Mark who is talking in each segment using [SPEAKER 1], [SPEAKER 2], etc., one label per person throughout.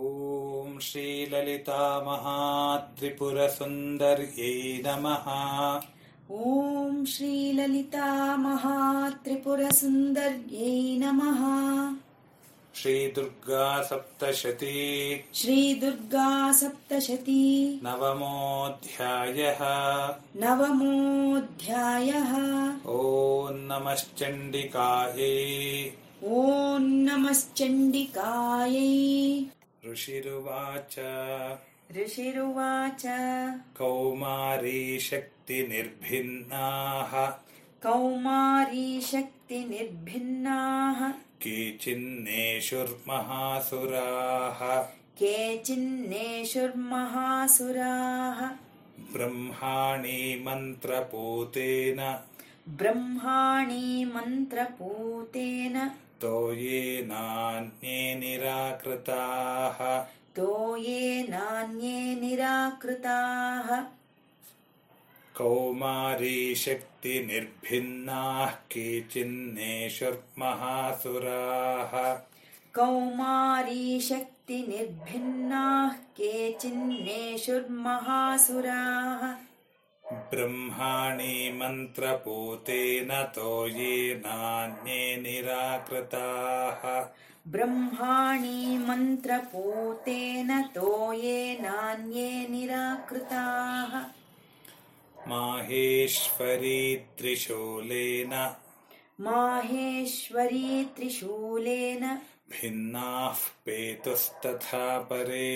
[SPEAKER 1] ॐ श्रीललितामहात्रिपुरसुन्दर्यै नमः
[SPEAKER 2] ॐ श्रीललितामहात्रिपुरसुन्दर्यै नमः
[SPEAKER 1] श्रीदुर्गासप्तशती
[SPEAKER 2] श्रीदुर्गा सप्तशती
[SPEAKER 1] नवमोऽध्यायः
[SPEAKER 2] नवमोऽध्यायः
[SPEAKER 1] ॐ नमश्चण्डिकायै
[SPEAKER 2] ॐ नमश्चण्डिकायै
[SPEAKER 1] ऋषिरुवाच
[SPEAKER 2] ऋषिरुवाच
[SPEAKER 1] कौमारी शक्तिनिर्भिन्नाः
[SPEAKER 2] कौमारी शक्तिनिर्भिन्नाः
[SPEAKER 1] केचिन्नेषुर्महासुराः
[SPEAKER 2] केचिन्नेषुर्महासुराः
[SPEAKER 1] ब्रह्माणि मन्त्रपूतेन
[SPEAKER 2] ब्रह्माणि मन्त्रपूतेन
[SPEAKER 1] तो ये नान्ये निराकृताः
[SPEAKER 2] तो ये नान्ये निराकृताः
[SPEAKER 1] कौमारी शक्तिनिर्भिन्नाः केचिन्नेषुर्महासुराः
[SPEAKER 2] कौमारी शक्तिनिर्भिन्नाः केचिन्नेषुर्महासुराः
[SPEAKER 1] ब्रह्माणि मन्त्रपूतेन तो ये नान्ये निराकृताः
[SPEAKER 2] ब्रह्माणि मन्त्रपूतेन तो ये नान्ये निराकृताः
[SPEAKER 1] माहेश्वरी त्रिशूलेन
[SPEAKER 2] माहेश्वरी त्रिशूलेन
[SPEAKER 1] भिन्नाः पेतुस्तथा परे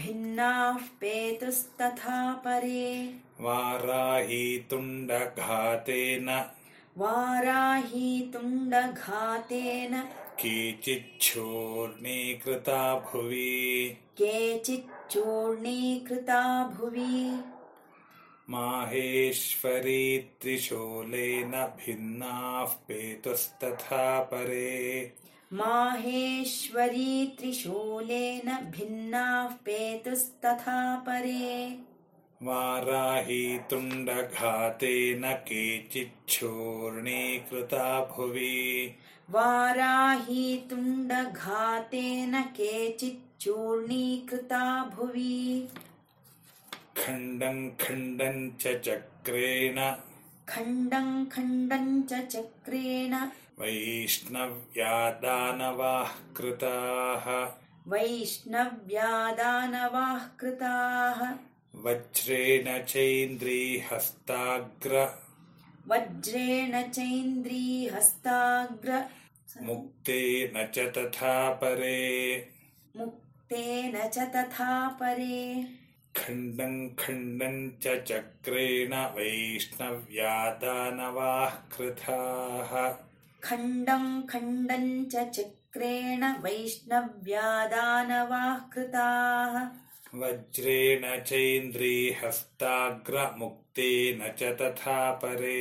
[SPEAKER 2] भिन्नाः पेतुस्तथा परे
[SPEAKER 1] वाराही तुण्डघातेन
[SPEAKER 2] वाराही तुण्डघातेन
[SPEAKER 1] केचिच्छूर्णीकृता भुवि
[SPEAKER 2] केचिच्चूर्णीकृता भुवि
[SPEAKER 1] माहेश्वरी त्रिशूलेन भिन्नाः पेतुस्तथा परे
[SPEAKER 2] माहेश्वरी त्रिशूलेन भिन्नाः पेतुस्तथा परे
[SPEAKER 1] वाराही तुण्डघातेन केचिच्छूर्णीकृता भुवि
[SPEAKER 2] वाराही तुण्डघातेन केचिच्चूर्णीकृता भुवि
[SPEAKER 1] खण्डम् खण्डम् च चक्रेण
[SPEAKER 2] खण्डम् खण्डम् च चक्रेण
[SPEAKER 1] वैष्णव्या दानवाः कृताः
[SPEAKER 2] वैष्णव्यादानवाः कृताः
[SPEAKER 1] वज्रेण चैन्द्रीहस्ताग्र
[SPEAKER 2] वज्रेण चैन्द्रीहस्ताग्र
[SPEAKER 1] मुक्तेन च तथा परे
[SPEAKER 2] मुक्तेन च तथा परे
[SPEAKER 1] खण्डम् खण्डम् च चक्रेण वैष्णव्या दानवाः कृताः
[SPEAKER 2] खण्डम् खण्डम् च चक्रेण वैष्णव्यादानवाः कृताः
[SPEAKER 1] वज्रेण चैन्द्रीहस्ताग्रमुक्तेन च तथा परे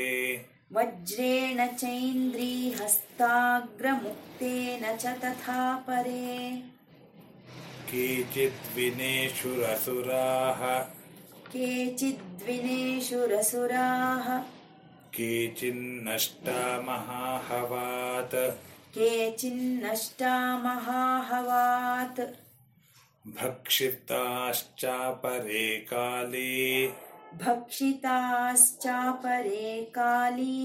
[SPEAKER 2] वज्रेण चैन्द्रीहस्ताग्रमुक्तेन च तथा परे
[SPEAKER 1] केचिद्विनेषुरसुराः
[SPEAKER 2] केचिद्विनेषुरसुराः
[SPEAKER 1] केचिन्नष्टा महाहवात्
[SPEAKER 2] केचिन्नष्टा महाहवात्
[SPEAKER 1] भक्षिताश्चापरे काले
[SPEAKER 2] भक्षिताश्चापरे काली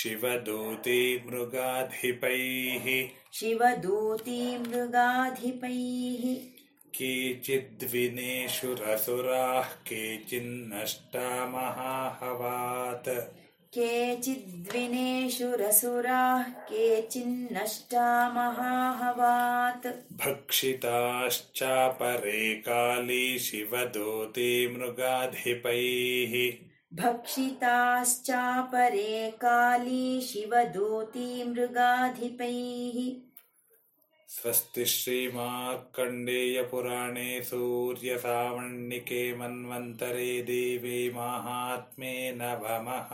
[SPEAKER 1] शिवदूते मृगाधिपैः
[SPEAKER 2] शिवदूती मृगाधिपैः
[SPEAKER 1] केचिद्विनेषुरसुराः केचिन्नष्टा महाहवात्
[SPEAKER 2] केचिद्विनेषुरसुराः केचिन्नष्टा महाहवात्
[SPEAKER 1] भक्षिताश्चापरे काले शिवदूते मृगाधिपैः
[SPEAKER 2] भक्षिताश्चापरे काली शिवदूती मृगाधिपैः
[SPEAKER 1] स्वस्ति श्रीमार्कण्डेयपुराणे सूर्यसामण्णिके मन्वन्तरे देवे माहात्म्ये नवमः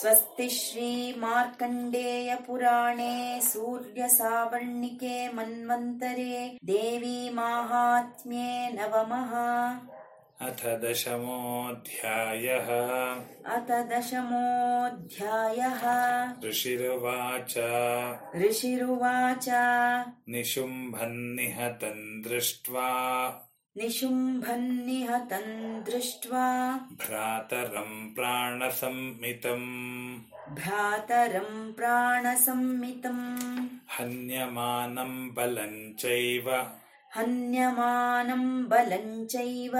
[SPEAKER 2] स्वस्ति श्रीमार्कण्डेयपुराणे सूर्यसावर्णिके मन्वन्तरे देवी माहात्म्ये नवमः
[SPEAKER 1] अथ दशमोऽध्यायः
[SPEAKER 2] अथ दशमोऽध्यायः
[SPEAKER 1] ऋषिरुवाच
[SPEAKER 2] ऋषिरुवाच
[SPEAKER 1] निशुम्भन्निहतं दृष्ट्वा
[SPEAKER 2] निशुम्भन्निहतम् दृष्ट्वा
[SPEAKER 1] भ्रातरं प्राणसंमितम्
[SPEAKER 2] भ्रातरम् प्राणसम्मितम्
[SPEAKER 1] हन्यमानं बलं चैव
[SPEAKER 2] हन्यमानम् बलम् चैव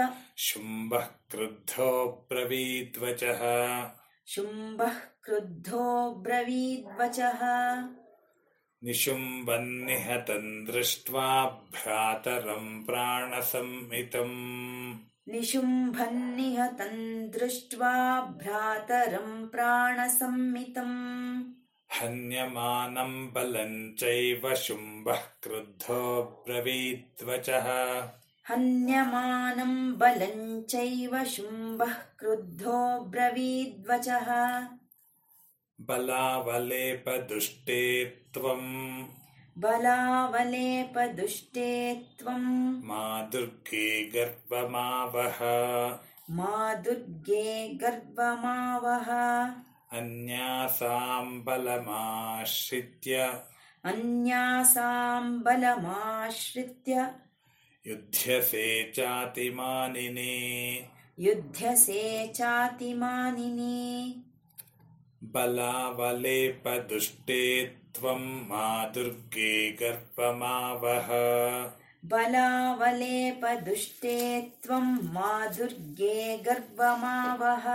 [SPEAKER 1] शुम्भः क्रुद्धो ब्रवीद्वचः
[SPEAKER 2] शुम्भः क्रुद्धो ब्रवीद्वचः
[SPEAKER 1] निशुम्बन्निहतं दृष्ट्वा भ्रातरं प्राणसंहितम्
[SPEAKER 2] निशुम्भन्निहतम् दृष्ट्वा भ्रातरम् प्राणसम्मितम्
[SPEAKER 1] हन्यमानं बलं चैव शुम्भः क्रुद्धो ब्रवीद्वचः
[SPEAKER 2] हन्यमानम् बलम् चैव शुम्भः क्रुद्धो ब्रवीद्वचः
[SPEAKER 1] बलावलेपदुष्टे त्वम्
[SPEAKER 2] बलावलेपदुष्टे त्वम्
[SPEAKER 1] मा दुर्गे गर्वमावह
[SPEAKER 2] मा दुर्गे गर्वमावह
[SPEAKER 1] अन्यासाम् बलमाश्रित्य
[SPEAKER 2] अन्यासाम् बलमाश्रित्य
[SPEAKER 1] युध्यसे चातिमानिने
[SPEAKER 2] युध्यसे चातिमानिनी
[SPEAKER 1] बलावलेपदुष्टे त्वं मा दुर्गे गर्वमावह
[SPEAKER 2] बलावलेपदुष्टे त्वम् मा दुर्गे गर्वमावह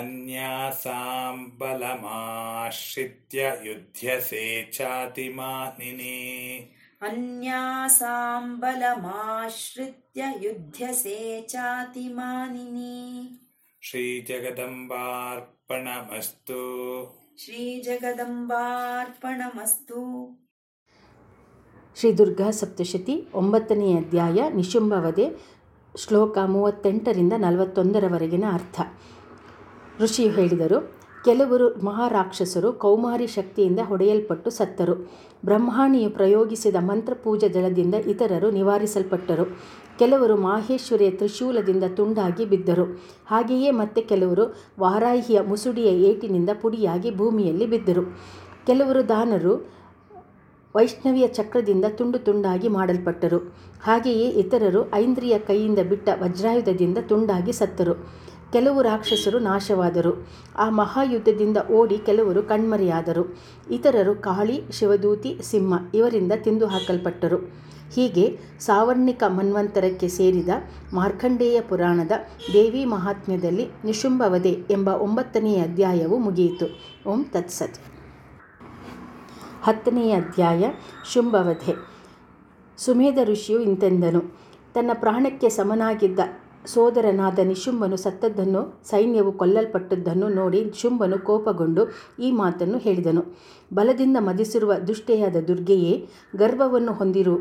[SPEAKER 1] अन्यासां बलमाश्रित्य युध्यसे चातिमानिने
[SPEAKER 2] अन्यासाम् बलमाश्रित्य युध्यसे चातिमानिनी
[SPEAKER 1] श्रीजगदम्बार्पणमस्तु
[SPEAKER 2] श्रीजगदम्बार्पणमस्तु
[SPEAKER 3] ಶ್ರೀ ದುರ್ಗಾ ಸಪ್ತಶತಿ ಒಂಬತ್ತನೆಯ ಅಧ್ಯಾಯ ನಿಶುಂಭವದೆ ಶ್ಲೋಕ ಮೂವತ್ತೆಂಟರಿಂದ ನಲವತ್ತೊಂದರವರೆಗಿನ ಅರ್ಥ ಋಷಿ ಹೇಳಿದರು ಕೆಲವರು ಮಹಾರಾಕ್ಷಸರು ಕೌಮಾರಿ ಶಕ್ತಿಯಿಂದ ಹೊಡೆಯಲ್ಪಟ್ಟು ಸತ್ತರು ಬ್ರಹ್ಮಾಣಿಯು ಪ್ರಯೋಗಿಸಿದ ಮಂತ್ರಪೂಜಾ ಜಲದಿಂದ ಇತರರು ನಿವಾರಿಸಲ್ಪಟ್ಟರು ಕೆಲವರು ಮಾಹೇಶ್ವರಿಯ ತ್ರಿಶೂಲದಿಂದ ತುಂಡಾಗಿ ಬಿದ್ದರು ಹಾಗೆಯೇ ಮತ್ತೆ ಕೆಲವರು ವಾರಾಹಿಯ ಮುಸುಡಿಯ ಏಟಿನಿಂದ ಪುಡಿಯಾಗಿ ಭೂಮಿಯಲ್ಲಿ ಬಿದ್ದರು ಕೆಲವರು ದಾನರು ವೈಷ್ಣವಿಯ ಚಕ್ರದಿಂದ ತುಂಡು ತುಂಡಾಗಿ ಮಾಡಲ್ಪಟ್ಟರು ಹಾಗೆಯೇ ಇತರರು ಐಂದ್ರಿಯ ಕೈಯಿಂದ ಬಿಟ್ಟ ವಜ್ರಾಯುಧದಿಂದ ತುಂಡಾಗಿ ಸತ್ತರು ಕೆಲವು ರಾಕ್ಷಸರು ನಾಶವಾದರು ಆ ಮಹಾಯುದ್ಧದಿಂದ ಓಡಿ ಕೆಲವರು ಕಣ್ಮರೆಯಾದರು ಇತರರು ಕಾಳಿ ಶಿವದೂತಿ ಸಿಂಹ ಇವರಿಂದ ತಿಂದು ಹಾಕಲ್ಪಟ್ಟರು ಹೀಗೆ ಸಾವರ್ಣಿಕ ಮನ್ವಂತರಕ್ಕೆ ಸೇರಿದ ಮಾರ್ಕಂಡೇಯ ಪುರಾಣದ ದೇವಿ ಮಹಾತ್ಮ್ಯದಲ್ಲಿ ನಿಶುಂಭವದೆ ಎಂಬ ಒಂಬತ್ತನೆಯ ಅಧ್ಯಾಯವು ಮುಗಿಯಿತು ಓಂ ತತ್ಸತ್ ಹತ್ತನೆಯ ಅಧ್ಯಾಯ ಶುಂಭವಧೆ ಸುಮೇಧ ಋಷಿಯು ಇಂತೆಂದನು ತನ್ನ ಪ್ರಾಣಕ್ಕೆ ಸಮನಾಗಿದ್ದ ಸೋದರನಾದ ನಿಶುಂಭನು ಸತ್ತದ್ದನ್ನು ಸೈನ್ಯವು ಕೊಲ್ಲಲ್ಪಟ್ಟದ್ದನ್ನು ನೋಡಿ ಶುಂಭನು ಕೋಪಗೊಂಡು ಈ ಮಾತನ್ನು ಹೇಳಿದನು ಬಲದಿಂದ ಮದಿಸಿರುವ ದುಷ್ಟೆಯಾದ ದುರ್ಗೆಯೇ ಗರ್ವವನ್ನು ಹೊಂದಿರು